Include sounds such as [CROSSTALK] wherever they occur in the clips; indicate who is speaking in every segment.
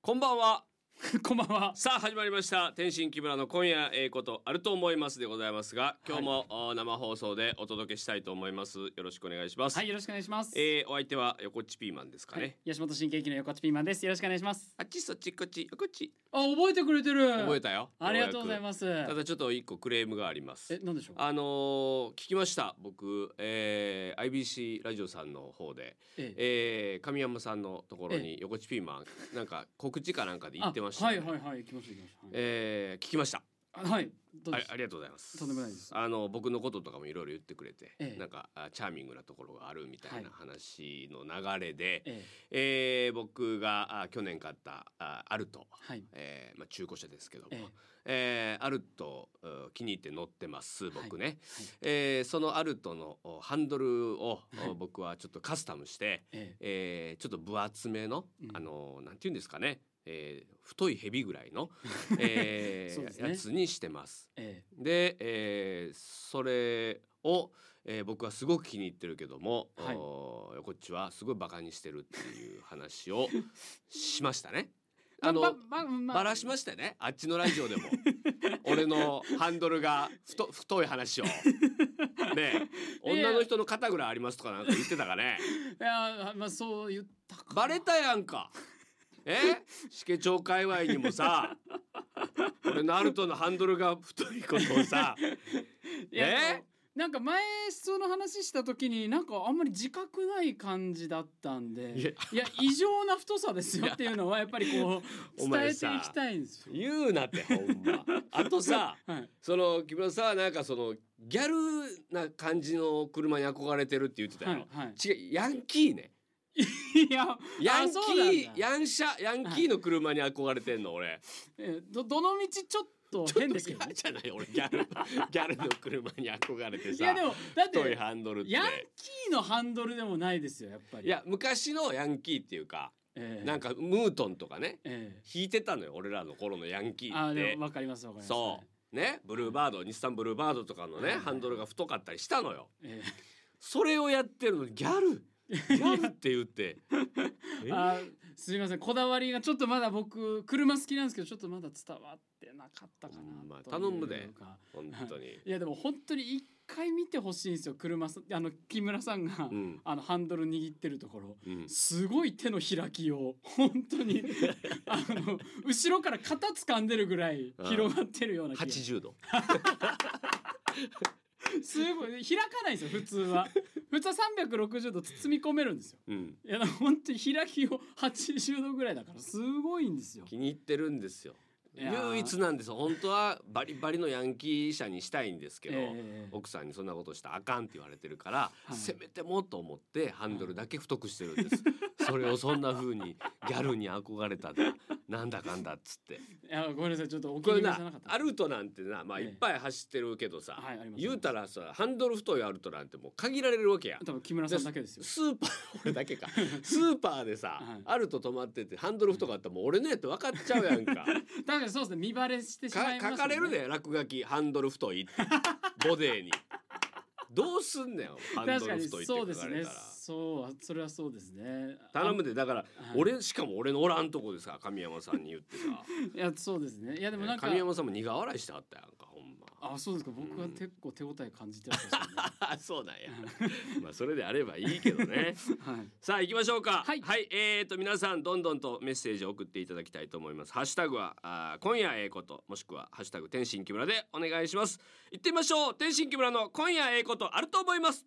Speaker 1: こんばんは。
Speaker 2: [LAUGHS] こんばんは。
Speaker 1: さあ始まりました天津木村の今夜ええことあると思いますでございますが、今日も、あー生放送でお届けしたいと思います。よろしくお願いします。
Speaker 2: はい、よろしくお願いします。
Speaker 1: えー、お相手は横っちピーマンですかね。
Speaker 2: はい、吉本新喜劇の横地ピーマンです。よろしくお願いします。
Speaker 1: あっちそっちこっち横っち
Speaker 2: あ、覚えてくれてる。
Speaker 1: 覚えたよ。。
Speaker 2: ありがとうございますす。
Speaker 1: ただちょっと一個クレームがあります
Speaker 2: え、。なんでしょう。
Speaker 1: あのー聞きました僕、えー、IBC ラジオさんの方で、
Speaker 2: ええ
Speaker 1: えー、神山さんのところ
Speaker 2: え
Speaker 1: に横地ピーマンなんか告知かなんかで言ってました
Speaker 2: あ
Speaker 1: ね、
Speaker 2: はいはいはい、来ました来ました。はい
Speaker 1: えー聞きました
Speaker 2: あはい、どう
Speaker 1: あ
Speaker 2: で
Speaker 1: り
Speaker 2: す
Speaker 1: ありがとうございます
Speaker 2: とんでもないです
Speaker 1: あの僕のこととかもいろいろ言ってくれて、
Speaker 2: ええ
Speaker 1: なんかあチャーミングなところがあるみたいな
Speaker 2: は
Speaker 1: 話の流れで、
Speaker 2: え
Speaker 1: えー僕があ去年買ったあアルト、
Speaker 2: はい
Speaker 1: えーまあ、中古車ですけども、
Speaker 2: え
Speaker 1: え
Speaker 2: え
Speaker 1: ーアルトう気に入って乗ってます僕ね、えーそのアルトのおハンドルを、お僕はちょっとカスタムして、
Speaker 2: え
Speaker 1: えーちょっと分厚めの、
Speaker 2: うん
Speaker 1: あのなんていうんですかね、えー太いヘビぐらいの、
Speaker 2: [LAUGHS]
Speaker 1: えー
Speaker 2: そうですね
Speaker 1: やつにしてます。
Speaker 2: え
Speaker 1: で、えーそれを、えー僕はすごく気に入ってるけども、
Speaker 2: はい
Speaker 1: おーこっちはすごいバカにしてるっていう話をしました
Speaker 2: [LAUGHS]
Speaker 1: ね。
Speaker 2: え。
Speaker 1: あの、
Speaker 2: ばばばま
Speaker 1: バラしましたよねあっちのラジオで
Speaker 2: [LAUGHS]
Speaker 1: も俺のハンドルが太太い話を。ねえ
Speaker 2: いや
Speaker 1: 女の人の肩ぐらいありますとかなんか言ってたか
Speaker 2: [LAUGHS]
Speaker 1: ね
Speaker 2: いや、まあ、そう言ったか。
Speaker 1: バレたやんかえ死刑町界隈にも
Speaker 2: [LAUGHS]
Speaker 1: さ俺のアルトのハンドルが太いことをさ
Speaker 2: いや
Speaker 1: え
Speaker 2: そうなんか前その話した時になんかあんまり自覚ない感じだったんで
Speaker 1: いや
Speaker 2: いや異常な太さですよっていうのはやっぱりこ
Speaker 1: お
Speaker 2: う伝え
Speaker 1: 前さ
Speaker 2: ていきたいんですよ。
Speaker 1: 言うなってほん
Speaker 2: [LAUGHS]
Speaker 1: まあとさ
Speaker 2: はい、
Speaker 1: その木村さんはなんかそのギャルな感じの車に憧れてるって言ってたよ、
Speaker 2: はいはい
Speaker 1: 違うヤンキーね
Speaker 2: いや
Speaker 1: ヤンキ
Speaker 2: あそうなんだ
Speaker 1: ーヤンシャヤンキーの車に憧れてんの俺
Speaker 2: えーどどの道ちょっと変ですけど
Speaker 1: 嫌
Speaker 2: ね
Speaker 1: じゃない俺ギャ
Speaker 2: [LAUGHS]
Speaker 1: ルギャルの車に憧れて
Speaker 2: い
Speaker 1: さ
Speaker 2: やでもだっ
Speaker 1: 太い
Speaker 2: て
Speaker 1: ハンドルって
Speaker 2: ヤンキーのハンドルでもないですよやっぱり
Speaker 1: いや昔のヤンキーっていうか
Speaker 2: ええ
Speaker 1: なんかムートンとかね
Speaker 2: え
Speaker 1: 弾いてたのよ俺らの頃のヤンキ
Speaker 2: え
Speaker 1: ー
Speaker 2: あ
Speaker 1: っ
Speaker 2: で
Speaker 1: て
Speaker 2: もわかりますわかります
Speaker 1: そうねブルーバード日産ブルーバードとかのねハンドルが太かったりしたのよ
Speaker 2: う、え
Speaker 1: それをやってるのにギャルギャルって言 [LAUGHS] って
Speaker 2: えあすみませんこだわりがちょっとまだ僕車好きなんですけどちょっとまだ伝わってなかったかなという
Speaker 1: ほんま
Speaker 2: か
Speaker 1: 頼むで本当に
Speaker 2: いやでも本当に一回見てほしいんですよ車さあの木村さんが、
Speaker 1: うん
Speaker 2: あのハンドル握ってるところ、
Speaker 1: うん
Speaker 2: すごい手の開きを本当
Speaker 1: [LAUGHS]
Speaker 2: にあの後ろから肩掴んでるぐらい広がってるような気が
Speaker 1: 80度
Speaker 2: すごい開かないんですよ普通は普通は360度包み込めるんですよ
Speaker 1: うん
Speaker 2: いやでも本当に開きを80度ぐらいだからすごいんですよ
Speaker 1: 気に入ってるんですよ
Speaker 2: いやー
Speaker 1: 唯一なんです本当はバリバリのヤンキー車にしたいんですけど、
Speaker 2: ええ
Speaker 1: 奥さんにそんなことしたらあかんって言われてるから、
Speaker 2: はい
Speaker 1: せめてもと思ってハンドルだけ太くしてるんです、それをそんな風にギャルに憧れただなんだかんだっつって
Speaker 2: いやごめんなさいちょっとお気
Speaker 1: こ
Speaker 2: に
Speaker 1: れ
Speaker 2: 召さな
Speaker 1: な
Speaker 2: かった
Speaker 1: アルトなんてなまあ
Speaker 2: ええ
Speaker 1: いっぱい走ってるけどさ、
Speaker 2: はいあります
Speaker 1: 言うたらさハンドル太いアルトなんてもう限られるわけや
Speaker 2: 多分木村さんだけですよ
Speaker 1: スーパー俺だけ
Speaker 2: [LAUGHS]
Speaker 1: かスーパーでさ、
Speaker 2: はい
Speaker 1: アルト止まっててハンドル太かったらもう俺のやって分かっちゃうやんか。
Speaker 2: 確かにそうですね見バレ [LAUGHS] してしま
Speaker 1: か
Speaker 2: います
Speaker 1: 書かれるで落書きハンドル太いってボデーにどうすんねんハンド
Speaker 2: 確か
Speaker 1: ル
Speaker 2: に
Speaker 1: 太い
Speaker 2: そう
Speaker 1: って
Speaker 2: で
Speaker 1: 書か
Speaker 2: す
Speaker 1: れ
Speaker 2: ね
Speaker 1: たら、
Speaker 2: そうそれはそうですね
Speaker 1: 頼む
Speaker 2: あ
Speaker 1: でだから
Speaker 2: はい
Speaker 1: 俺しかも俺のおらんとこでさ神山さんに言ってさ
Speaker 2: いやそうですね [LAUGHS] いやでもなんか
Speaker 1: 神山さんも苦笑いしてはったやんかほんま
Speaker 2: あそうですか僕は結構手応え感じてましたね
Speaker 1: あそうなんや [LAUGHS] まあそれであればいいけどね
Speaker 2: はい
Speaker 1: さあ行きましょうか
Speaker 2: はい
Speaker 1: えー、と皆さんどんどんとメッセージを送っていただきたいと思いますハッシュタグはあー今夜ええこともしくはハッシュタグ天心木村でお願いします行ってみましょう天心木村の今夜ええことあると思います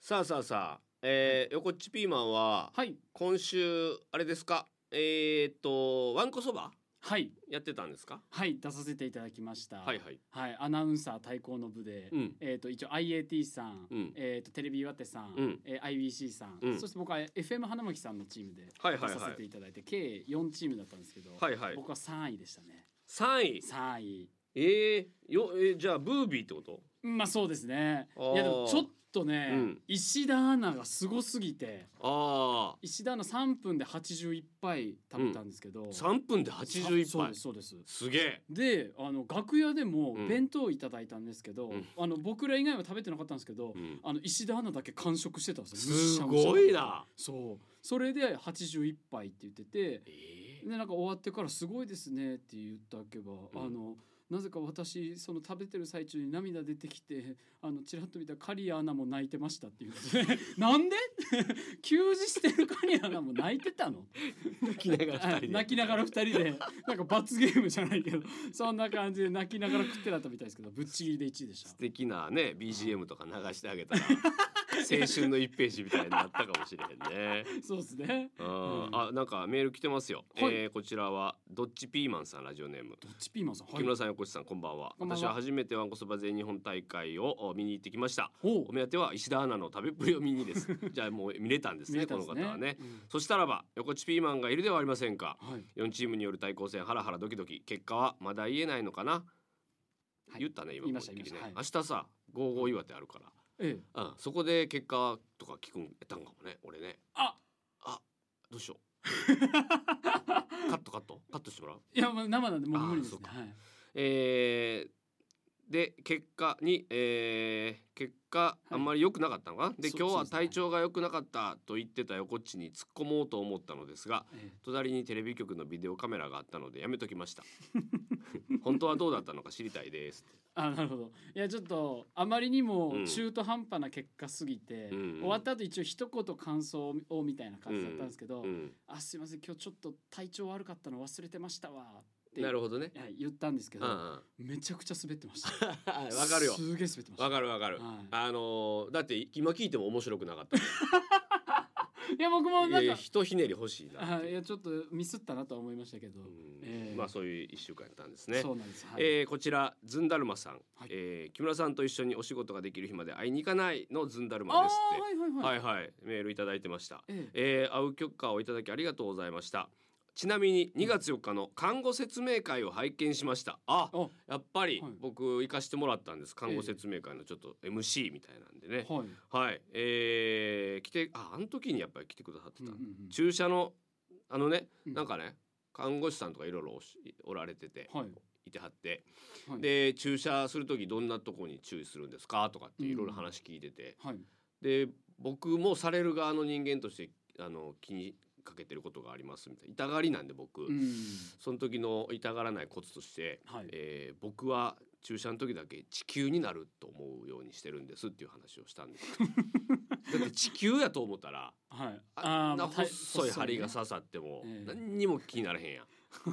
Speaker 1: さあさあさあえー、横っちピーマンは
Speaker 2: はい
Speaker 1: 今週あれですかえー、っとわんこそば
Speaker 2: はい
Speaker 1: やってたんですか
Speaker 2: はい出させていただきました
Speaker 1: はいはい
Speaker 2: はい、アナウンサー対抗の部で、
Speaker 1: うん
Speaker 2: えー、と一応 IAT さん、
Speaker 1: うん
Speaker 2: えー、とテレビ岩手さん、
Speaker 1: うん
Speaker 2: えー IBC さん、
Speaker 1: うん
Speaker 2: そして僕は FM 花巻さんのチームで
Speaker 1: はい
Speaker 2: 出
Speaker 1: はいはい
Speaker 2: させていただいて、計4チームだったんですけど、
Speaker 1: はいはい
Speaker 2: 僕は3位でしたね
Speaker 1: 3位
Speaker 2: 3位
Speaker 1: えー、よえー、じゃあブービーってこと
Speaker 2: うんまあそうですねい
Speaker 1: あー
Speaker 2: やでもちょっとね、
Speaker 1: うん
Speaker 2: 石田アナがすごすぎて
Speaker 1: あ
Speaker 2: 石田アナ3分で81杯食べたんですけ
Speaker 1: あ
Speaker 2: ど、
Speaker 1: 3分で81
Speaker 2: そうで
Speaker 1: 杯
Speaker 2: すそうです
Speaker 1: すげえ
Speaker 2: であの楽屋でも
Speaker 1: うん
Speaker 2: 弁当をいただいたんですけど、
Speaker 1: うん
Speaker 2: あの僕ら以外は食べてなかったんですけど、
Speaker 1: うん
Speaker 2: あの石田アナだけ完食してたんですよむし
Speaker 1: す
Speaker 2: ゃむしゃ
Speaker 1: ごいな。
Speaker 2: そうそれで81杯って言ってて
Speaker 1: え
Speaker 2: でなんか終わってから「すごいですね」って言ってあけば、
Speaker 1: ん
Speaker 2: あのなぜか私その食べてる最中に涙出てきてあのちらっと見たらカリアアナも泣いてましたっていう
Speaker 1: [LAUGHS]
Speaker 2: なんで給仕してるカリアアナも泣いてたの
Speaker 1: 泣きながら二人で
Speaker 2: 泣きながら二人でなんか罰ゲームじゃないけどそんな感じで泣きながら食ってだったみたいですけどぶっちぎりで1位でし
Speaker 1: 素
Speaker 2: た。
Speaker 1: 敵なね BGM とか流してあげ
Speaker 2: [LAUGHS]
Speaker 1: たら青春の一ページみたいになったかもしれへんね。
Speaker 2: そうですね。
Speaker 1: うん
Speaker 2: うん
Speaker 1: あなんかメール来てますよ。
Speaker 2: はい
Speaker 1: えーこちらはどっちピーマンさんラジオネーム。
Speaker 2: どっちピーマンさん。は
Speaker 1: 木
Speaker 2: い
Speaker 1: 村さん横地さんこんばんは
Speaker 2: こんばんは
Speaker 1: 私は初めてわんこそば全日本大会をお見に行ってきました
Speaker 2: おう
Speaker 1: お目当ては石田アナの食べっぷりを見に
Speaker 2: [LAUGHS]
Speaker 1: ですじゃあもう見れたんですね
Speaker 2: 見えた
Speaker 1: こ
Speaker 2: ん
Speaker 1: の
Speaker 2: です
Speaker 1: 方はね。そしたらば横地ピーマンがいるではありませんか
Speaker 2: うんはい。
Speaker 1: 4チームによる対抗戦ハラハラドキドキ結果はまだ言えないのかな、
Speaker 2: はい
Speaker 1: 言ったね今
Speaker 2: 言いました
Speaker 1: 思いっきりね
Speaker 2: 言い
Speaker 1: 明
Speaker 2: ま
Speaker 1: 日さ55岩手あるか
Speaker 2: ええ。
Speaker 1: ら、うん、そこで結果とか聞くんやったんかもね俺ね
Speaker 2: あ、
Speaker 1: どうしようカットカットカットしてもらう
Speaker 2: いやまあ生なんでもう無理ですね
Speaker 1: あ。
Speaker 2: はい。
Speaker 1: えーで結果に、えー結果
Speaker 2: い
Speaker 1: あんまり良くなかったのかな、で
Speaker 2: そ
Speaker 1: 今日
Speaker 2: そう
Speaker 1: は
Speaker 2: ですね
Speaker 1: 体調が良くなかったと言ってた横っちに突っ込もうと思ったのですが
Speaker 2: え
Speaker 1: 隣にテレビ局のビデオカメラがあったのでやめときました [LAUGHS] 本当はどうだったのか知りたいです
Speaker 2: [LAUGHS] あなるほどいやちょっとあまりにも
Speaker 1: うん
Speaker 2: 中途半端な結果すぎて、
Speaker 1: うん
Speaker 2: 終わった後一応一言感想をみたいな感じだったんですけど「
Speaker 1: うん、
Speaker 2: あすいません今日ちょっと体調悪かったの忘れてましたわ」って
Speaker 1: なるほどね。
Speaker 2: はい言ったんですけ
Speaker 1: うん
Speaker 2: ど、
Speaker 1: うんわ
Speaker 2: めちゃくちゃ滑ってました
Speaker 1: [LAUGHS] かるよ。
Speaker 2: すげえ滑ってました
Speaker 1: わかるわかる。
Speaker 2: は
Speaker 1: あのーだって今聞いても面白くなかった。
Speaker 2: い、いや僕もなん
Speaker 1: い
Speaker 2: か
Speaker 1: やひとひねり欲しいなっ
Speaker 2: はい、
Speaker 1: て
Speaker 2: い
Speaker 1: いう。
Speaker 2: やちょっとミスったなとは思いましたけど、
Speaker 1: うん
Speaker 2: えー
Speaker 1: まあそういう一週間やったんですね。
Speaker 2: そうなんです、はい
Speaker 1: えーこちらずんだるまさん、
Speaker 2: はい
Speaker 1: えー木村さんと一緒にお仕事ができる日まで会いに行かないのずんだる
Speaker 2: あ
Speaker 1: ま
Speaker 2: あ
Speaker 1: です
Speaker 2: ー
Speaker 1: っ
Speaker 2: はいはい
Speaker 1: て、
Speaker 2: は、
Speaker 1: はいい、はいメールいただいてました、
Speaker 2: ええ
Speaker 1: えー会う許可をいただきありがとうございましたちなみに2月4日の看護説明会を拝見しましたあ
Speaker 2: あ
Speaker 1: やっぱり
Speaker 2: はい
Speaker 1: 僕行かしてもらったんです看護説明会のちょっと MC みたいなんでね、
Speaker 2: はい、
Speaker 1: はい、えー来てああの時にやっぱり来てくださって
Speaker 2: うん
Speaker 1: た、
Speaker 2: うんうん
Speaker 1: 注射のあのね、
Speaker 2: うん
Speaker 1: なんかね看護師さんとかいろいろおしおられてて、
Speaker 2: はい
Speaker 1: いてはって、
Speaker 2: はい
Speaker 1: で注射する時どんなとこに注意するんですかとかっていろいろ話聞いてて、
Speaker 2: はい
Speaker 1: で僕もされる側の人間としてあの気にかけてることがありますみたいな痛がりなんで僕、
Speaker 2: うん
Speaker 1: その時の痛がらないコツとして、
Speaker 2: はい
Speaker 1: えー僕は注射の時だけ地球になると思うようにしてるんですっていう話をしたんです
Speaker 2: [LAUGHS]
Speaker 1: よだって地球やと思ったら
Speaker 2: はい
Speaker 1: あん
Speaker 2: ま
Speaker 1: な
Speaker 2: た
Speaker 1: 細い針が
Speaker 2: 細
Speaker 1: 刺さっても
Speaker 2: ええ
Speaker 1: 何にも気にならへんや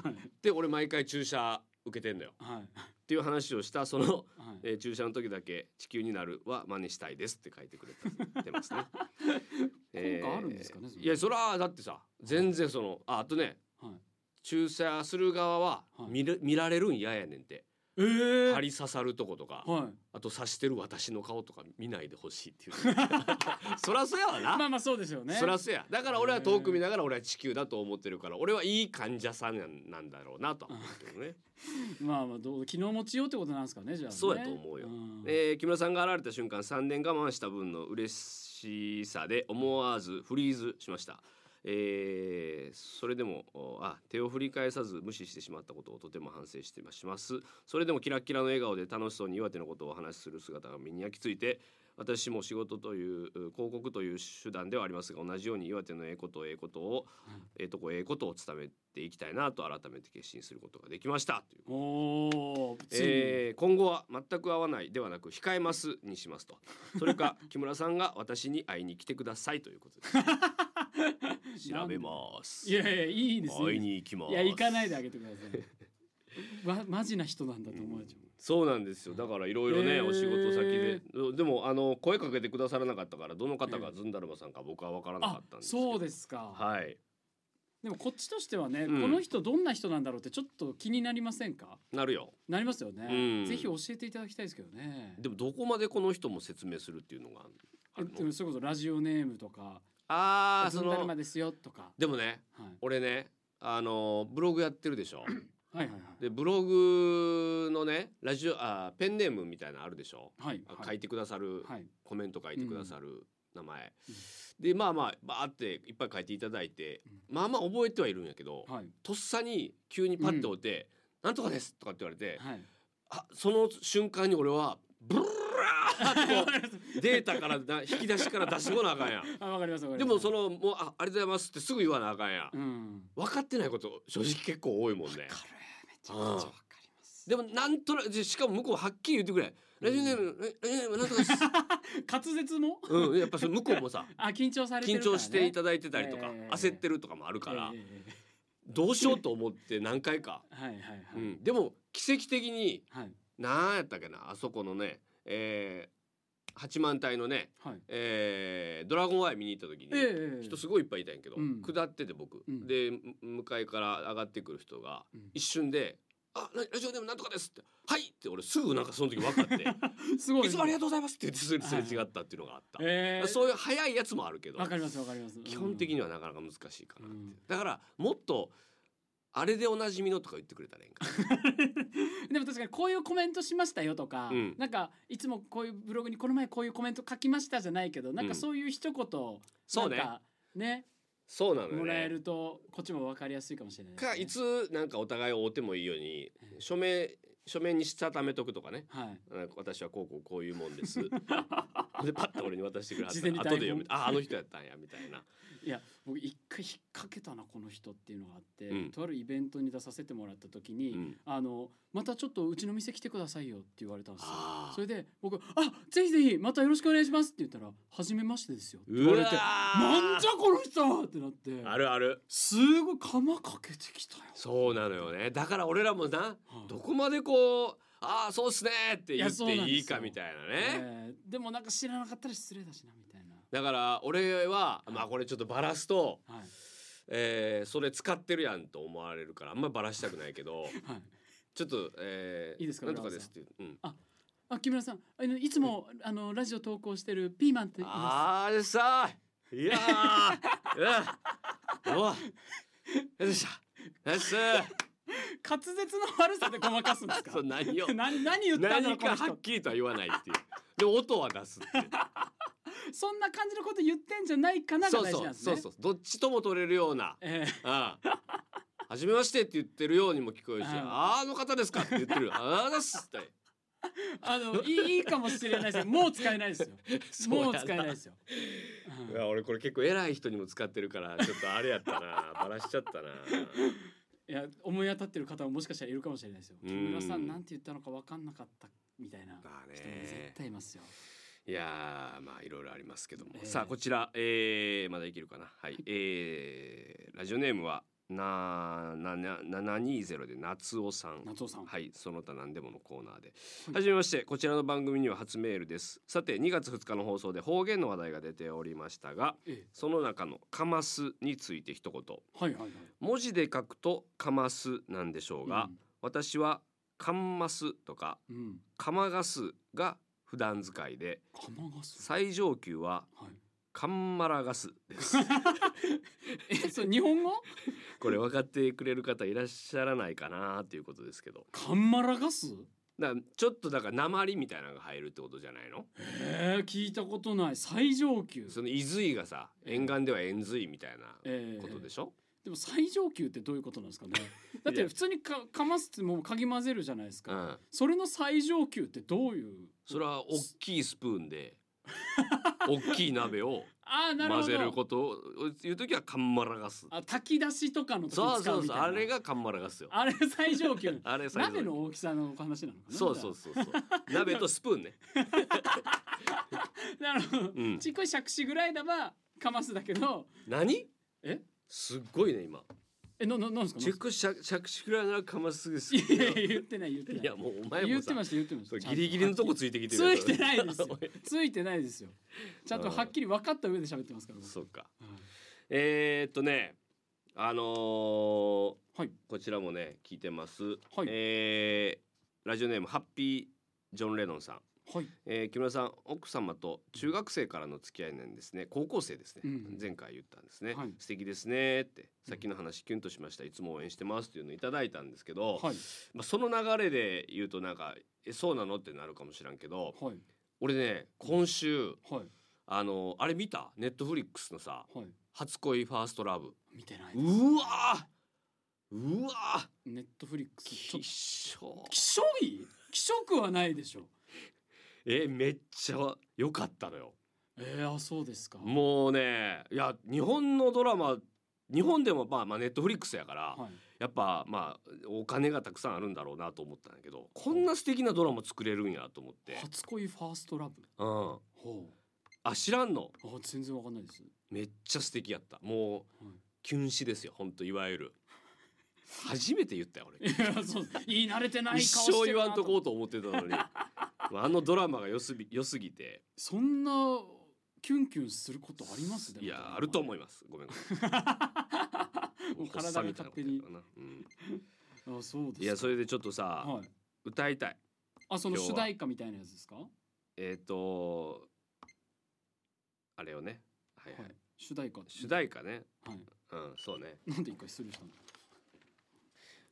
Speaker 1: ん。
Speaker 2: いね
Speaker 1: で俺毎回注射受けてんだよ
Speaker 2: はいはい
Speaker 1: っていう話をしたその
Speaker 2: はい
Speaker 1: えー注射の時だけ地球になるは真似したいですって書いてくれたてますね。
Speaker 2: [LAUGHS] 効果あるんですかねそれ
Speaker 1: いやそれはだってさ全然そのああとね
Speaker 2: はい
Speaker 1: 注射する側は
Speaker 2: はい
Speaker 1: 見る見られるん嫌やねんって、
Speaker 2: ええ
Speaker 1: 針刺さるとことか、
Speaker 2: はい。
Speaker 1: あと刺してる私の顔とか見ないでほしいっていう [LAUGHS] そらそやわな、
Speaker 2: まあまあそうですよね。
Speaker 1: そらそやだから俺は遠く見ながら俺は地球だと思ってるから俺はいい患者さんなんなんだろうなとは思うけどね。
Speaker 2: まあまあどう気の持ちようってことなんですかねじゃあね。
Speaker 1: そうやと思うよ
Speaker 2: ん
Speaker 1: えー木村さんが現れた瞬間3年我慢した分の嬉しさで思わずフリーズしました、えーそれでもおあ手を振り返さず無視してしまったことをとても反省してしますそれでもキラッキラの笑顔で楽しそうに岩手のことをお話しする姿が身に焼き付いて私も仕事というう広告という手段ではありますが同じように岩手のええことええことを、ええとこええことを伝えていきたいなと改めて決心することができましたという
Speaker 2: おお。ついに
Speaker 1: えー今後は全く会わないではなく控えますにしますとそれか木村さんが私に会いに来てくださいということです調べます
Speaker 2: いやいやいいです
Speaker 1: 会い
Speaker 2: ね。
Speaker 1: に行きます
Speaker 2: いや行かないであげてください。 [LAUGHS] わマジな人なんだと思われちゃう。
Speaker 1: そうなんですよだからいろいろね、
Speaker 2: えー
Speaker 1: お仕事先ででもあの声かけてくださらなかったからどの方がずんだるまさんか僕は分からなか
Speaker 2: あ
Speaker 1: ったんですけど
Speaker 2: そうですか、
Speaker 1: はい
Speaker 2: でもこっちとしてはね、
Speaker 1: うん
Speaker 2: この人どんな人なんだろうってちょっと気になりませんか
Speaker 1: なるよ
Speaker 2: なりますよね、
Speaker 1: うん
Speaker 2: ぜひ教えていただきたいですけどね
Speaker 1: でもどこまでこの人も説明するっていうのがあ
Speaker 2: え
Speaker 1: る
Speaker 2: で
Speaker 1: の
Speaker 2: もそれこそラジオネームとか
Speaker 1: あ
Speaker 2: 「
Speaker 1: あ
Speaker 2: ず
Speaker 1: そ
Speaker 2: んだるま
Speaker 1: の
Speaker 2: ですよ」とか、
Speaker 1: でもね
Speaker 2: はい、
Speaker 1: 俺ねあのブログやってるでしょ
Speaker 2: はいはい
Speaker 1: でブログのねラジオあペンネームみたいなのあるでしょ、
Speaker 2: はいはい
Speaker 1: 書いてくださる、
Speaker 2: はい
Speaker 1: コメント書いてくださる名前、でまあまあバーっていっぱい書いていただいて、まあまあ覚えてはいるんやけど、
Speaker 2: はい
Speaker 1: とっさに急にパッと追って「なんとかです」とかって言われて、
Speaker 2: はい
Speaker 1: あその瞬間に俺はブルルルーってこうデータからな引き出しから出してこなあかんやん
Speaker 2: あわかりますわか
Speaker 1: で
Speaker 2: ります
Speaker 1: もそのもうあありがとうございますってすぐ言わなあかんやん
Speaker 2: うん
Speaker 1: 分かってないこと正直結構多いもんね
Speaker 2: わかるめちゃくちゃわかります
Speaker 1: でもなんとなくしかも向こうはっきり言ってくれラジオネームラジオネームなんと
Speaker 2: [LAUGHS]
Speaker 1: かです
Speaker 2: 滑舌も
Speaker 1: うんやっぱその向こう
Speaker 2: [LAUGHS]
Speaker 1: もさ
Speaker 2: あ緊張されて
Speaker 1: 緊
Speaker 2: るから、ね、
Speaker 1: 張していただいてたりとか
Speaker 2: ええ
Speaker 1: 焦ってるとかもあるから
Speaker 2: ええええ
Speaker 1: どうしようと思って何回か
Speaker 2: ええはいはいはい、
Speaker 1: うんでも奇跡的に
Speaker 2: はい
Speaker 1: なんやったっけなあそこのねえー八万体のね
Speaker 2: はい
Speaker 1: えードラゴンアイ見に行った時に
Speaker 2: ええええ
Speaker 1: 人すごいいっぱいいたんやけど
Speaker 2: うん
Speaker 1: 下ってて僕
Speaker 2: うん
Speaker 1: でむ向かいから上がってくる人が
Speaker 2: うん
Speaker 1: 一瞬で「あララジオネームなんとかです」って「はい!」って俺すぐなんかその時分かって
Speaker 2: すご
Speaker 1: い
Speaker 2: い
Speaker 1: つもありがとうございますって言ってすれすれ違ったっていうのがあった。
Speaker 2: ええ
Speaker 1: そういう早いやつもあるけど
Speaker 2: わ、かりますわかります
Speaker 1: 基本的
Speaker 2: は
Speaker 1: にはなかなか難しいかなって。
Speaker 2: うん
Speaker 1: だからもっとあれでおなじみのとか言ってくれたらいいんかな。
Speaker 2: でも確かにこういうコメントしましたよとか、
Speaker 1: うん
Speaker 2: なんかいつもこういうブログにこの前こういうコメント書きましたじゃないけどなん
Speaker 1: うん
Speaker 2: かそういう一言
Speaker 1: そう
Speaker 2: な
Speaker 1: ね
Speaker 2: ん。かね
Speaker 1: そうなのよね。
Speaker 2: もらえるとこっちも分かりやすいかもしれないですね、
Speaker 1: かいつなんかお互いを追ってもいいように
Speaker 2: うん
Speaker 1: 署名署名にしたためとくとかね。
Speaker 2: はい
Speaker 1: なんか私はこうこうこういうもん
Speaker 2: [LAUGHS]
Speaker 1: です。でパッと俺に渡してくれはった
Speaker 2: 事前に
Speaker 1: 後
Speaker 2: 台
Speaker 1: で
Speaker 2: 本
Speaker 1: 読めた。ああの人やったんやみたいな。
Speaker 2: いや僕一回引っ掛けたなこの人っていうのがあって、
Speaker 1: うん
Speaker 2: とあるイベントに出させてもらった時に、
Speaker 1: うん。
Speaker 2: あのまたちょっとうちの店来てくださいよって言われたんですよ
Speaker 1: あ
Speaker 2: そ
Speaker 1: あ。
Speaker 2: れで僕「あぜひぜひまたよろしくお願いします」って言ったら「初めましてですよ」って言
Speaker 1: う
Speaker 2: わ
Speaker 1: わ
Speaker 2: れて「なんじゃ
Speaker 1: ゃ
Speaker 2: この人!」ってなって
Speaker 1: あるある。
Speaker 2: すごい釜かけてきたよ。
Speaker 1: そうなのよね。だから俺らもな
Speaker 2: はい
Speaker 1: どこまでこうああそうっすねって言っ
Speaker 2: いやそうな
Speaker 1: て
Speaker 2: んですよ
Speaker 1: いいかみたいなね。
Speaker 2: えーでもなんか知らなかったら失礼だしなみたいな。
Speaker 1: だから俺は、まあこれちょっとバラすと、
Speaker 2: はい
Speaker 1: えーそれ使ってるやんと思われるからあんまバラしたくないけど
Speaker 2: [LAUGHS] はい。
Speaker 1: ちょっと、えー
Speaker 2: いいですか
Speaker 1: なんとかですっていう、うん、
Speaker 2: あ木村さんあのいつもあのラジオ投稿してるピーマンって言いま
Speaker 1: あーでさいやー
Speaker 2: [LAUGHS]
Speaker 1: うんうわあでしたナイス
Speaker 2: す。滑舌の悪さでごまかすんですか
Speaker 1: そう。何
Speaker 2: [LAUGHS]
Speaker 1: を
Speaker 2: 何何言ったんだろ
Speaker 1: 何
Speaker 2: うこ
Speaker 1: かは
Speaker 2: の人
Speaker 1: っ。きりとは言わないっていうでも音は出すっていう
Speaker 2: そんな感じのこと言ってんじゃないかなが
Speaker 1: そう
Speaker 2: 大事
Speaker 1: そ
Speaker 2: なん
Speaker 1: う
Speaker 2: です
Speaker 1: そ
Speaker 2: ね。
Speaker 1: うそうどっちとも取れるような
Speaker 2: え
Speaker 1: ああ初めましてって言ってるようにも聞こえるし、
Speaker 2: うん
Speaker 1: あーあの方ですかって言ってる、ああですって。
Speaker 2: えあのいいいいかもしれないですよ。もう使えない
Speaker 1: [LAUGHS]
Speaker 2: ですよ。もう使えないですよ。
Speaker 1: い
Speaker 2: うん
Speaker 1: や俺これ結構偉い人にも使ってるからちょっとあれやったなバラしちゃったない
Speaker 2: や思い当たってる方ももしかしたらいるかもしれないですよ。
Speaker 1: うん
Speaker 2: 木村さんなんて言ったのか分かんなかったみたいな人も
Speaker 1: まあ
Speaker 2: 絶
Speaker 1: ね
Speaker 2: 対いますよ。
Speaker 1: いやーまあいろいろありますけども、
Speaker 2: ええ
Speaker 1: さあこちら、えー、まだいけるかなはい、えー、ラジオネームはななな720で夏尾さん
Speaker 2: 夏尾さん。
Speaker 1: はい、その他何でものコーナーで。
Speaker 2: い
Speaker 1: はじめまして、こちらの番組には初メールです。さて、2月2日の放送で方言の話題が出ておりましたが、
Speaker 2: ええ
Speaker 1: その中のカマスについて一言。
Speaker 2: はいはいはい。
Speaker 1: 文字で書くとカマスなんでしょうが、私はカンマスとか
Speaker 2: うん、うん、
Speaker 1: カマガスが普段使いで、
Speaker 2: 釜がす。
Speaker 1: 最上級は
Speaker 2: はい。
Speaker 1: カンマラガスです。
Speaker 2: [LAUGHS] え、それ日本語？
Speaker 1: これ分かってくれる方いらっしゃらないかなということですけど、
Speaker 2: カンマラガス？
Speaker 1: だからちょっとだから鉛みたいなのが入るってことじゃないの？
Speaker 2: ええ聞いたことない。最上級。
Speaker 1: その伊豆がさ
Speaker 2: ええ
Speaker 1: 沿岸では円髄みたいな
Speaker 2: ええ
Speaker 1: ことでしょ、
Speaker 2: でも最上級ってどういうことなん
Speaker 1: [LAUGHS]
Speaker 2: ですかね。だっ
Speaker 1: い
Speaker 2: て
Speaker 1: や
Speaker 2: 普通にかかますってもうかぎ混ぜるじゃないですか。
Speaker 1: うん、
Speaker 2: それの最上級ってどういう？
Speaker 1: それは大きいスプーン
Speaker 2: [LAUGHS]
Speaker 1: で大きい鍋を
Speaker 2: ああなる
Speaker 1: 混
Speaker 2: ほど。
Speaker 1: ぜることをいう時はカンマラガス
Speaker 2: あ炊き出しとかの時
Speaker 1: そ
Speaker 2: に
Speaker 1: う
Speaker 2: 使
Speaker 1: そうう
Speaker 2: みた
Speaker 1: そう
Speaker 2: いな。
Speaker 1: あれがカンマラガスよ
Speaker 2: あれ最上級なの。
Speaker 1: あれ [LAUGHS] 最
Speaker 2: 鍋
Speaker 1: 上級
Speaker 2: の大きさのお話なのかな。
Speaker 1: そうそうそうそう鍋とスプーンね
Speaker 2: なるほど。
Speaker 1: うん
Speaker 2: ちっこいしゃくしぐらいだばかますだけど。
Speaker 1: 何
Speaker 2: え？
Speaker 1: すっごいね今
Speaker 2: え、なななんですか。
Speaker 1: チェックしゃしゃくしくらいならかますです
Speaker 2: いやいや
Speaker 1: い
Speaker 2: 言ってない言ってない。
Speaker 1: やもうお前
Speaker 2: 言
Speaker 1: も
Speaker 2: って
Speaker 1: さ
Speaker 2: ました言ってまし
Speaker 1: そ
Speaker 2: た
Speaker 1: う
Speaker 2: ちゃんと。
Speaker 1: ギリギリのとこついてきて
Speaker 2: つ
Speaker 1: る
Speaker 2: いてないですよ
Speaker 1: [LAUGHS] おい。
Speaker 2: ついてないですよ。ちゃんとはっきり分かった上で喋ってますから。僕
Speaker 1: そうか
Speaker 2: うん
Speaker 1: えー、っとねあのー、
Speaker 2: はい
Speaker 1: こちらもね聞いてます、
Speaker 2: はい
Speaker 1: えーラジオネームハッピージョン・レノンさん、
Speaker 2: はい。
Speaker 1: えー木村さん奥様と中学生からの付き合いなんですね高校生ですね、
Speaker 2: うん
Speaker 1: 前回言ったんですね、
Speaker 2: はい
Speaker 1: 素敵ですねってさっきの話キュンとしましたいつも応援してますっていうのをいただいたんですけど、
Speaker 2: はい。
Speaker 1: まあ、その流れで言うとなんかえそうなのってなるかもしらんけど
Speaker 2: はい。
Speaker 1: 俺ね今週
Speaker 2: はい。
Speaker 1: あのあれ見たネットフリックスのさ
Speaker 2: はい。
Speaker 1: 「初恋ファーストラブ」
Speaker 2: 見てないです。
Speaker 1: うわーうわー
Speaker 2: ネットフリックス。ちょっ
Speaker 1: き
Speaker 2: と
Speaker 1: しょ
Speaker 2: 希少い。希少くはないでしょ
Speaker 1: えめっちゃ良かったのよ
Speaker 2: えー、あそうですか。
Speaker 1: もうねいや日本のドラマ日本でもまあまあネットフリックスやから、
Speaker 2: はい、
Speaker 1: やっぱまあお金がたくさんあるんだろうなと思ったんだけどこんな素敵なドラマ作れるんやと思って、
Speaker 2: 初恋ファーストラブ。
Speaker 1: うん、
Speaker 2: ほ
Speaker 1: あ知らんの
Speaker 2: う。あ全然わかんないです。 [LAUGHS]
Speaker 1: めっちゃ素敵やったもう、
Speaker 2: はい
Speaker 1: キュン死ですよほんといわゆる初めて言ったよ
Speaker 2: [LAUGHS]
Speaker 1: 俺
Speaker 2: いやそう言い慣れてない顔
Speaker 1: 一
Speaker 2: してるな
Speaker 1: 生言わんとこうと思ってたの
Speaker 2: [LAUGHS]
Speaker 1: にあのドラマが良すぎ良すぎて
Speaker 2: そんなキュンキュンすることあります
Speaker 1: いやあると思いますごめんごめん
Speaker 2: [LAUGHS] もう
Speaker 1: おっ
Speaker 2: [LAUGHS] 体
Speaker 1: さ
Speaker 2: が
Speaker 1: んみたいなこ
Speaker 2: 勝
Speaker 1: と
Speaker 2: 手
Speaker 1: 言う
Speaker 2: に
Speaker 1: からなうん
Speaker 2: あそうです
Speaker 1: いやそ
Speaker 2: れ
Speaker 1: れでちょっとさ、
Speaker 2: はい
Speaker 1: 歌いたい
Speaker 2: あその
Speaker 1: 今日
Speaker 2: 主
Speaker 1: は
Speaker 2: 題歌みたいなやつですかは
Speaker 1: えっ、とあれをねはいはい、
Speaker 2: い主題歌
Speaker 1: 主題歌ね
Speaker 2: はい
Speaker 1: うんそうね
Speaker 2: なんで一回スルーしたの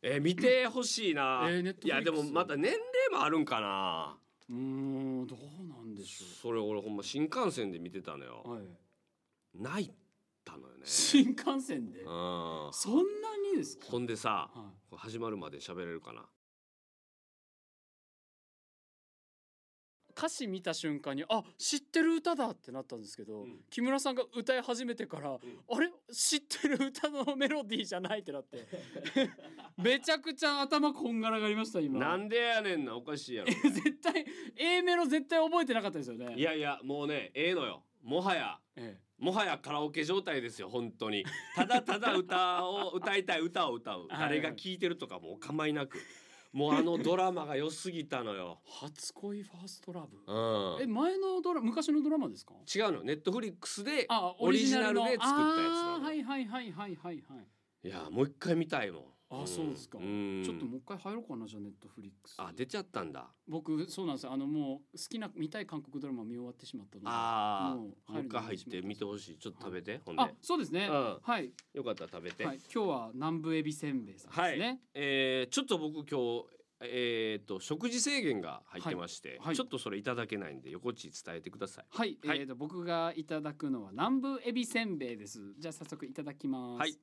Speaker 1: えー見てほしいな、
Speaker 2: [LAUGHS] えーネット
Speaker 1: いやでもまた
Speaker 2: う
Speaker 1: 年齢もあるんかな
Speaker 2: ーんどうなんでし
Speaker 1: それ俺ほんま新幹線で見てたのよ、
Speaker 2: ょうはい
Speaker 1: 泣いたのよね
Speaker 2: 新幹線で
Speaker 1: うん
Speaker 2: そんなにですか
Speaker 1: ほんでさ
Speaker 2: は
Speaker 1: これ始まるまで喋れるかない
Speaker 2: 歌詞見た瞬間にあ知ってる歌だってなったんですけど、
Speaker 1: うん
Speaker 2: 木村さんが歌い始めてから、あれ知ってる歌のメロディーじゃないってなって
Speaker 1: [LAUGHS]
Speaker 2: めちゃくちゃ頭こんがらがりました今
Speaker 1: なんでやねんなおかしい
Speaker 2: [LAUGHS]
Speaker 1: やろ
Speaker 2: 絶対 A メロ絶対覚えてなかったですよね
Speaker 1: いやいやもうねええのよもはや
Speaker 2: え
Speaker 1: もはやカラオケ状態ですよ本当にただただ歌
Speaker 2: [LAUGHS]
Speaker 1: を歌いたい歌を歌う
Speaker 2: はい
Speaker 1: 誰が聴いてるとかもお構いなくもうあのドラマが良すぎたのよ、
Speaker 2: え初恋ファーストラブ
Speaker 1: う
Speaker 2: え
Speaker 1: ん、
Speaker 2: 前のドラ昔のドラマですか
Speaker 1: 違うのネットフリックスで
Speaker 2: あ
Speaker 1: オリジナルで
Speaker 2: オ
Speaker 1: 作ったやつな
Speaker 2: あー
Speaker 1: の
Speaker 2: は
Speaker 1: よ
Speaker 2: いはいはいはいはいはい
Speaker 1: いやもう一回見たいもん
Speaker 2: あそうですか
Speaker 1: ん
Speaker 2: ちょっともう一回入ろうかなじゃあネットフリックス
Speaker 1: あ出ちゃったんだ
Speaker 2: 僕そうなんですよあのもう好きな見たい韓国ドラマ見終わってしまったのであ
Speaker 1: ああ
Speaker 2: もう
Speaker 1: も
Speaker 2: 入
Speaker 1: う
Speaker 2: る
Speaker 1: 一回入って見てほしいちょっと食べて、ほんで
Speaker 2: そうですね、
Speaker 1: うん
Speaker 2: はい、
Speaker 1: よかったら食べて、
Speaker 2: はい、今日は南部エビせんべいさんですね、
Speaker 1: えーちょっと僕今日えー、と食事制限が入ってまして、
Speaker 2: はいはい
Speaker 1: ちょっとそれいただけないんで横地伝えてください
Speaker 2: はい、
Speaker 1: はい
Speaker 2: えーと僕がいただくのは南部エビせんべいです。じゃあ早速いただきます。
Speaker 1: はい。。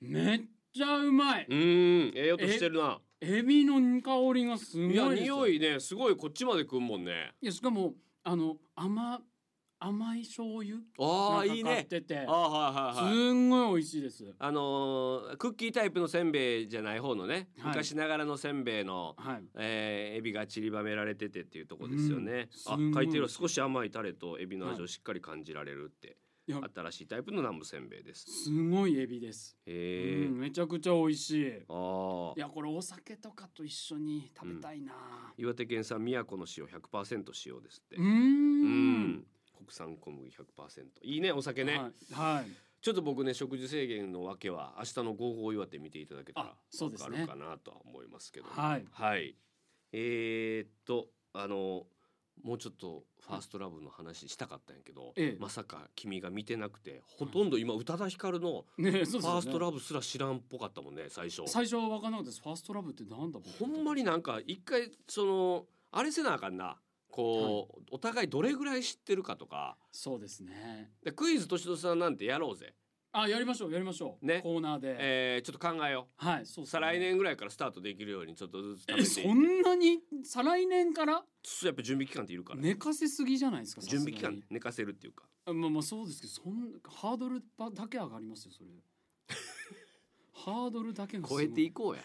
Speaker 2: めっちゃうまいう
Speaker 1: ーんええ音してるな
Speaker 2: エビの香りがすごい
Speaker 1: い
Speaker 2: です
Speaker 1: や
Speaker 2: よ。
Speaker 1: 匂いねすごいこっちまで来るもんね
Speaker 2: いやしかもあの甘甘い醤油
Speaker 1: ああ
Speaker 2: が
Speaker 1: いい
Speaker 2: かかっ
Speaker 1: ね
Speaker 2: てて
Speaker 1: あ、あはいはいはい
Speaker 2: すんごい美味しいです。
Speaker 1: あのークッキータイプのせんべいじゃない方のね、
Speaker 2: はい
Speaker 1: 昔ながらのせんべいの
Speaker 2: はい。
Speaker 1: えー、エビが散りばめられててっていうところですよね、
Speaker 2: うんす
Speaker 1: あ
Speaker 2: ご
Speaker 1: 書
Speaker 2: い
Speaker 1: いてる少し甘いタレとエビの味
Speaker 2: は
Speaker 1: をしっかり感じられるって、
Speaker 2: いや
Speaker 1: 新しいタイプの南部せんべいです
Speaker 2: すごいエビです。
Speaker 1: へえ、
Speaker 2: うん、めちゃくちゃ美味し
Speaker 1: あ
Speaker 2: い。い
Speaker 1: あ
Speaker 2: やこれお酒とかと一緒に食べたいな。
Speaker 1: 岩手県産宮古の塩100%使用ですって
Speaker 2: うーん
Speaker 1: う。国産小麦100%いいねお酒ね、
Speaker 2: はい。はい。
Speaker 1: ちょっと僕ね食事制限のわけは明日の午後岩手見ていただけたら
Speaker 2: あそう
Speaker 1: 分
Speaker 2: です
Speaker 1: か
Speaker 2: ね
Speaker 1: るかなとは思いますけど
Speaker 2: はい
Speaker 1: はい、えー、っとあのもうちょっと「ファーストラブの話したかったんやけど、
Speaker 2: ええ
Speaker 1: まさか君が見てなくてほとんど今宇多田ヒカルの「
Speaker 2: ね、
Speaker 1: フ
Speaker 2: そうですよね。
Speaker 1: ァーストラブすら知らんっぽかったもんね最初。
Speaker 2: 最初は分からなかったです。ファーストラブってなんだ僕
Speaker 1: ほんまになんか一回そのあれせなあかんなこう、お互いどれぐらい知ってるかとか
Speaker 2: そうですね。
Speaker 1: でクイズとしとさんなんてやろうぜ、
Speaker 2: あ、やりましょう、やりましょう。
Speaker 1: ね
Speaker 2: コーナーで。
Speaker 1: えーちょっと考えよう。
Speaker 2: はい、そうです
Speaker 1: 再
Speaker 2: ね
Speaker 1: 来。年ぐらいからスタートできるようにちょっとずつ食べ
Speaker 2: え、
Speaker 1: て
Speaker 2: そんなに再来年から
Speaker 1: そうやっぱ準備期間っているから、
Speaker 2: 寝かせすぎじゃないですか。
Speaker 1: 準備期
Speaker 2: さすが
Speaker 1: 間
Speaker 2: に。
Speaker 1: 寝かせるっていうか
Speaker 2: あまあまあそうですけど、そんハードルばだけ上がりますよ、
Speaker 1: [LAUGHS]
Speaker 2: それ。ハードルだけがす
Speaker 1: 超
Speaker 2: ごい
Speaker 1: えていこうや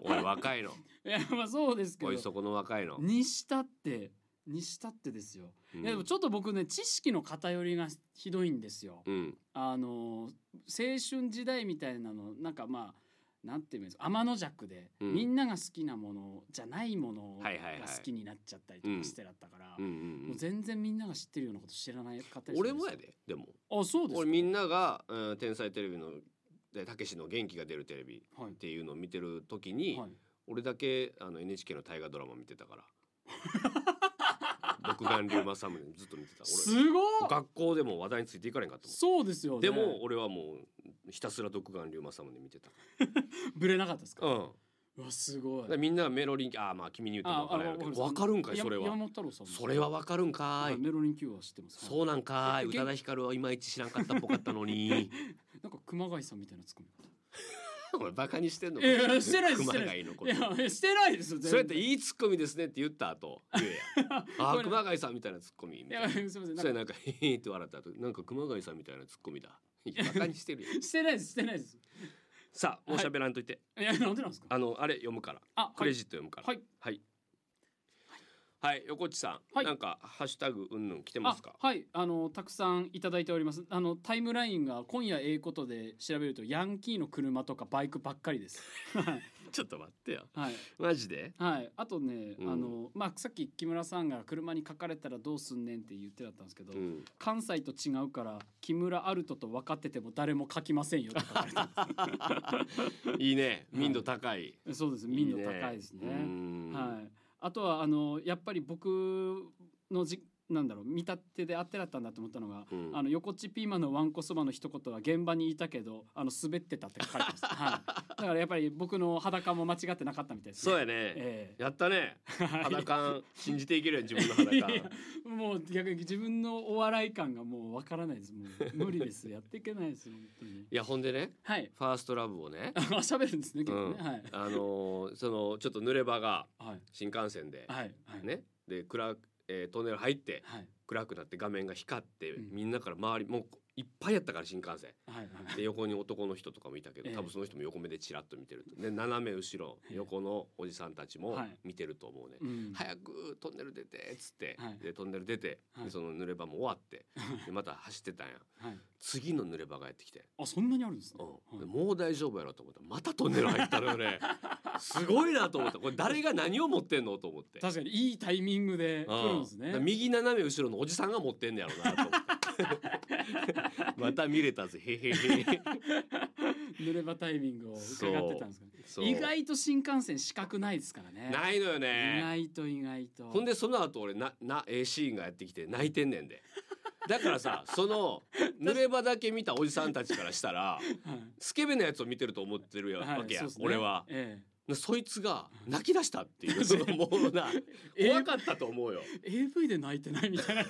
Speaker 1: おい若いの
Speaker 2: [LAUGHS] いや、まあそうですけ
Speaker 1: おい
Speaker 2: ど。
Speaker 1: そこの若いの、
Speaker 2: にしたって、にしたってですよ。
Speaker 1: うん
Speaker 2: いやでもちょっと僕ね、知識の偏りがひどいんですよ。
Speaker 1: うん
Speaker 2: あの青春時代みたいなのなんかまあなんていうんですか天の弱で、
Speaker 1: うん
Speaker 2: みんなが好きなものじゃないものが
Speaker 1: はいはいはい
Speaker 2: 好きになっちゃったりとかしてだったから、
Speaker 1: うんうんう
Speaker 2: もうん全然みんなが知ってるようなこと知らない方
Speaker 1: 俺もやででも
Speaker 2: あそうです
Speaker 1: 俺みん
Speaker 2: な、
Speaker 1: なが、うん、天才テレビのでたけしの元気が出るテレビ
Speaker 2: はい
Speaker 1: っていうのを見てる時に、
Speaker 2: はい、
Speaker 1: 俺だけあの NHK の大河ドラマ見てた
Speaker 2: [LAUGHS]
Speaker 1: から独眼竜政宗ずっと見てた
Speaker 2: す
Speaker 1: 俺
Speaker 2: ごい
Speaker 1: 学校でも話題についていかれんかったもん
Speaker 2: そうですよ、ね、
Speaker 1: でも俺はもうひたすら独眼竜政宗見てた。
Speaker 2: ブレなかったですか、
Speaker 1: うん。
Speaker 2: うわすごい
Speaker 1: だからみんながメロリンキああまあ君に言うても分からんやろうけど分かるんかい
Speaker 2: や
Speaker 1: それ
Speaker 2: 山
Speaker 1: は。
Speaker 2: 本太郎さんも
Speaker 1: それは分かるんか
Speaker 2: はいい。メロリン Q は知ってます
Speaker 1: そうなんかい。
Speaker 2: え
Speaker 1: 宇多
Speaker 2: [LAUGHS]
Speaker 1: 田ヒカルはいまいち知らんかったっぽかったのに。
Speaker 2: なんか熊谷さんみたいなツッコミ
Speaker 1: お前バカにしてんの
Speaker 2: いやいやしてないです
Speaker 1: 熊
Speaker 2: してない
Speaker 1: 谷のこ
Speaker 2: いや
Speaker 1: と
Speaker 2: いやしてないですよ
Speaker 1: そうやって
Speaker 2: 全然
Speaker 1: いいツッコミですねって言った後言えや
Speaker 2: [LAUGHS]
Speaker 1: あー熊谷さんみたいなツッコミみ
Speaker 2: い
Speaker 1: たい
Speaker 2: や
Speaker 1: ない
Speaker 2: やすいませんな
Speaker 1: そ
Speaker 2: ん
Speaker 1: れ
Speaker 2: か
Speaker 1: なんかへへって笑った後なんか [LAUGHS] 熊谷さんみたいなツッコミだいやバカにして
Speaker 2: [LAUGHS]
Speaker 1: るやん
Speaker 2: してないですしてないです
Speaker 1: さあもう喋らんといて、
Speaker 2: いやなんでなんですか
Speaker 1: あのあれ読むから
Speaker 2: あ
Speaker 1: クレジット読むから
Speaker 2: はい
Speaker 1: はいはい、横地さん、
Speaker 2: はい
Speaker 1: なんかハッシュタグうんぬん来てま
Speaker 2: あ
Speaker 1: すか
Speaker 2: はいあのたくさんいただいておりますあのタイムラインが今夜ええことで調べるとヤンキーの車とかバイクばっかりです [LAUGHS] はい
Speaker 1: ちょっと待ってよ
Speaker 2: はい
Speaker 1: マジで
Speaker 2: はい、あとね、
Speaker 1: うん
Speaker 2: あのまあさっき木村さんが車に書かれたらどうすんねんって言ってだったんですけど、 [LAUGHS]
Speaker 1: うん
Speaker 2: 関西と違うから木村アルトと分かってても誰も書きませんよって書かれた
Speaker 1: いいね民度高い、 [LAUGHS]
Speaker 2: そうです民度高いですね
Speaker 1: は
Speaker 2: はい、あとはあのやっぱり僕のじなんだろう見立てであってだったんだと思ったのが、
Speaker 1: うん
Speaker 2: あの横地ピーマンのわんこそばの一言は現場にいたけどあの滑ってたって書かれてます、はい、だからやっぱり僕の裸も間違ってなかったみたいです、
Speaker 1: そうや
Speaker 2: ね、
Speaker 1: ね、
Speaker 2: ええ
Speaker 1: やったね
Speaker 2: はい
Speaker 1: 裸信じていけるやん自分の裸
Speaker 2: [LAUGHS] いやもう逆に自分のお笑い感がもうわからないですもう無理ですやっていけないですよ本当に
Speaker 1: いやほんでね
Speaker 2: はい
Speaker 1: ファーストラブをね
Speaker 2: あ喋るんですね結構ね、
Speaker 1: うん
Speaker 2: はい
Speaker 1: あのーそのちょっと濡れ場が
Speaker 2: はい
Speaker 1: 新幹線で、
Speaker 2: はいはい
Speaker 1: ねで暗く、えートンネル入って
Speaker 2: はい
Speaker 1: 暗くなって画面が光って、
Speaker 2: うん
Speaker 1: みんなから周りもういっぱいやったから新幹線
Speaker 2: はいはい
Speaker 1: で横に男の人とかもいたけど
Speaker 2: ええ
Speaker 1: 多分その人も横目でチラッと見てるとで斜め後ろ
Speaker 2: ええ
Speaker 1: 横のおじさんたちも
Speaker 2: はい
Speaker 1: 見てると思うね、
Speaker 2: うん
Speaker 1: 早くトンネル出てっつって、
Speaker 2: はい
Speaker 1: でトンネル出て、
Speaker 2: はい
Speaker 1: でその濡れ場も終わってでまた走ってたんや
Speaker 2: はい
Speaker 1: 次の濡れ場がやってきて、
Speaker 2: あそんなにあるんですね、
Speaker 1: うん
Speaker 2: はい
Speaker 1: でもう大丈夫やろと思ったらまたトンネル入ったのよ
Speaker 2: [LAUGHS]
Speaker 1: ねすごいなと思ったこれ誰が何を持ってんのと思って。
Speaker 2: 確かにいいタイミングで来るんです
Speaker 1: うんだ
Speaker 2: ね
Speaker 1: から。右斜め後ろのおじさんが持ってんねやろなと思って [LAUGHS] また見れたぜへへ
Speaker 2: [LAUGHS]
Speaker 1: へ
Speaker 2: 濡れ場タイミングを伺ってたんですかね。
Speaker 1: そう
Speaker 2: 意外と新幹線視覚ないですからね。
Speaker 1: ないのよね
Speaker 2: 意外と意外と。
Speaker 1: ほんでその後俺ななええシーンがやってきて泣いてんねんでだから
Speaker 2: [LAUGHS]
Speaker 1: さその濡れ場だけ見たおじさんたちからしたら
Speaker 2: [LAUGHS] はい、
Speaker 1: スケベなやつを見てると思ってるよ
Speaker 2: はい
Speaker 1: わけや、
Speaker 2: そうですね
Speaker 1: 俺は
Speaker 2: え
Speaker 1: そいつが泣き出したって
Speaker 2: [LAUGHS]
Speaker 1: いうそのもうな
Speaker 2: え
Speaker 1: 怖かったと思うよ、
Speaker 2: え AV で泣いてないみたいな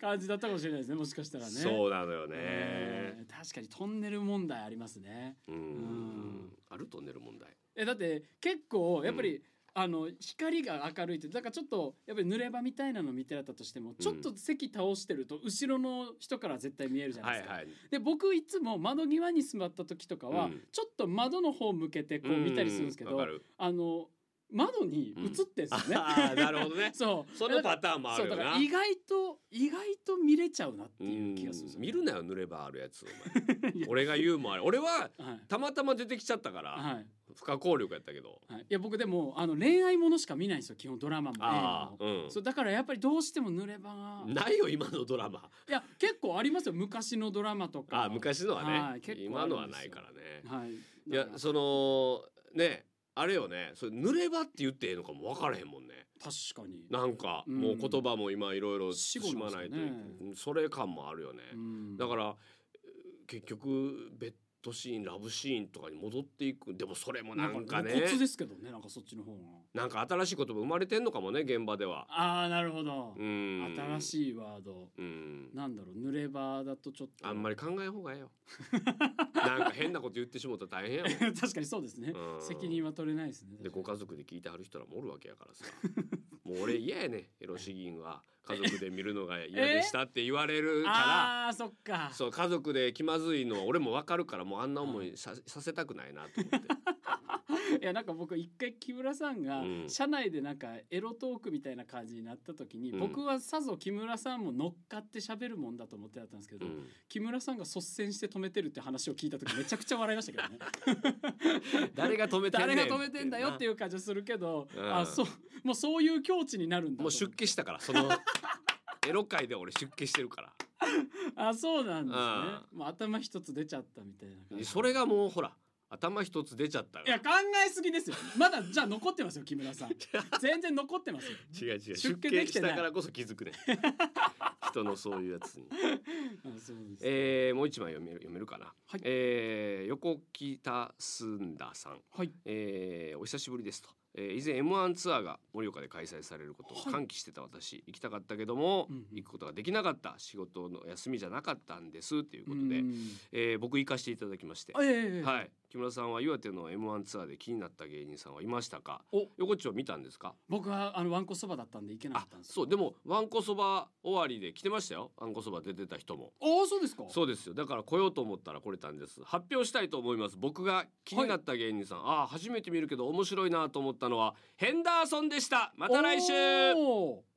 Speaker 2: 感じだったかもしれないですね。もしかしたらね。
Speaker 1: そうなのよね、
Speaker 2: えー確かにトンネル問題ありますね。
Speaker 1: うん
Speaker 2: うん
Speaker 1: あるトンネル問題
Speaker 2: えだって結構やっぱり、あの光が明るいってだからちょっとやっぱり濡れ場みたいなの見てらったとしても、ちょっと席倒してると後ろの人から絶対見えるじゃな
Speaker 1: は
Speaker 2: いで
Speaker 1: い
Speaker 2: すか。
Speaker 1: はい
Speaker 2: で僕いつも窓際に座った時とかは、
Speaker 1: うん
Speaker 2: ちょっと窓の方向けてこう見たりするんですけ
Speaker 1: う
Speaker 2: ど、
Speaker 1: わかる
Speaker 2: あの窓に映ってんですよ
Speaker 1: [LAUGHS]
Speaker 2: ね。
Speaker 1: あーなるほど
Speaker 2: [LAUGHS]
Speaker 1: ね
Speaker 2: そう
Speaker 1: その
Speaker 2: だか
Speaker 1: パターンも
Speaker 2: ら
Speaker 1: あ
Speaker 2: そ
Speaker 1: る
Speaker 2: うだ
Speaker 1: よ
Speaker 2: か
Speaker 1: な
Speaker 2: ら意外と意外と見れちゃうなって
Speaker 1: う
Speaker 2: いうん気がするんですよね
Speaker 1: 見るなよ濡れ場あるやつお
Speaker 2: い
Speaker 1: 前 [LAUGHS]
Speaker 2: や
Speaker 1: 俺が言うもんあれ俺は
Speaker 2: はい
Speaker 1: たまたま出てきちゃったから、
Speaker 2: はい
Speaker 1: 不可抗力やったけど。
Speaker 2: はい、いや僕でもあの恋愛ものしか見ないんですよ基本ドラマも映画
Speaker 1: ああ、
Speaker 2: も、
Speaker 1: う
Speaker 2: そうだからやっぱりどうしても濡れ場が
Speaker 1: ん。ないよ今のドラマ。
Speaker 2: [LAUGHS] いや結構ありますよ昔のドラマとか
Speaker 1: あ昔のはね、
Speaker 2: はい結構
Speaker 1: 今
Speaker 2: ある
Speaker 1: の
Speaker 2: ん
Speaker 1: は
Speaker 2: です
Speaker 1: な
Speaker 2: よ
Speaker 1: いからね。
Speaker 2: はい
Speaker 1: いや
Speaker 2: だから
Speaker 1: そのねあれよねそれ濡れ場って言っていいのかも分からへんもんね。
Speaker 2: 確かに
Speaker 1: なんか
Speaker 2: うん
Speaker 1: もう言葉も今いろいろし
Speaker 2: 死語な
Speaker 1: ま
Speaker 2: んです
Speaker 1: な
Speaker 2: か
Speaker 1: いと
Speaker 2: ね
Speaker 1: いけないそれ感もあるよね。
Speaker 2: うん
Speaker 1: だから結局ベッドシーンラブシーンとかに戻っていくでもそれもなんかね
Speaker 2: 露骨ですけどねなんかそっちの方が
Speaker 1: なんか新しい言葉生まれてんのかもね現場では。
Speaker 2: ああなるほど、
Speaker 1: うん。
Speaker 2: 新
Speaker 1: い。
Speaker 2: しいワード
Speaker 1: うん。
Speaker 2: なんだろう濡れ場だとちょっと
Speaker 1: あんま
Speaker 2: り
Speaker 1: り考えん方がええよ。なんか変なこと言ってしもうたら大変やもん。
Speaker 2: [LAUGHS] 確かにそうですね
Speaker 1: うん
Speaker 2: 責任は取れないですね
Speaker 1: でご家族で聞いてはる人らもおるわけやからさ。もう俺嫌やねエロ詩吟は家族で見るのが嫌でしたって言われるか。
Speaker 2: [LAUGHS] ああーそっから
Speaker 1: そう家族で気まずいのは俺もわかるからもうあんな思いさ,、させたくないな
Speaker 2: [LAUGHS]
Speaker 1: と思って。
Speaker 2: いやなんか僕一回木村さんが
Speaker 1: うん
Speaker 2: 社内でなんかエロトークみたいな感じになった時に、
Speaker 1: うん
Speaker 2: 僕はさぞ木村さんも乗っかって喋るもんだと思ってだったんですけ
Speaker 1: う
Speaker 2: ど、
Speaker 1: ん、
Speaker 2: 木村さんが率先して止めてるって話を聞いた時めちゃくちゃ笑いましたけどね
Speaker 1: 誰が [LAUGHS] 止めてんね
Speaker 2: 誰
Speaker 1: ん
Speaker 2: が止めてんだよって
Speaker 1: い
Speaker 2: いう感じはするけど、
Speaker 1: うん
Speaker 2: あそうもうそういう境地になるんだ
Speaker 1: うも
Speaker 2: と思
Speaker 1: う
Speaker 2: って
Speaker 1: 出家したから
Speaker 2: [LAUGHS]
Speaker 1: そのエロ界で俺出家してるから。
Speaker 2: あそうなんですね
Speaker 1: う
Speaker 2: もう頭一つ出ちゃったみたいな感じ
Speaker 1: それがもうほら頭一つ出ちゃったか
Speaker 2: い
Speaker 1: ら
Speaker 2: や。考えすぎですよまだじゃあ残ってますよ木村さん
Speaker 1: [LAUGHS]
Speaker 2: 全然残ってますよ
Speaker 1: 違う違う出
Speaker 2: 出
Speaker 1: 家
Speaker 2: 家でき
Speaker 1: して
Speaker 2: ない
Speaker 1: たからこそ気づ
Speaker 2: [LAUGHS]
Speaker 1: くね人のそういうやつに、
Speaker 2: あそうです
Speaker 1: えー、もう一枚読める読めるかな、
Speaker 2: はい
Speaker 1: えー、横北すんださん、
Speaker 2: はい
Speaker 1: えー、お久しぶりですとえー以前 M1 ツアーが盛岡で開催されることを
Speaker 2: はい
Speaker 1: 歓喜してた私、行きたかったけども、
Speaker 2: うんうん
Speaker 1: 行くことができなかった仕事の休みじゃなかったんですということで、
Speaker 2: うん
Speaker 1: えー僕行かせていただきまして、
Speaker 2: あええ
Speaker 1: はい、木村さんは岩手の M1 ツアーで気になった芸人さんはいましたか
Speaker 2: お
Speaker 1: 横丁見たんですか
Speaker 2: 僕はあのわんこそばだったんで行けなか
Speaker 1: あ
Speaker 2: ったんです
Speaker 1: そうでもわんこそば終わりで来てましたよわんこそば出てた人も
Speaker 2: ああそうですか
Speaker 1: そうですよだから来ようと思ったら来れたんです発表したいと思います僕が気になった芸人さん、ああ初めて見るけど面白いなと思ったのはヘンダーソンでしたまた来週
Speaker 2: おー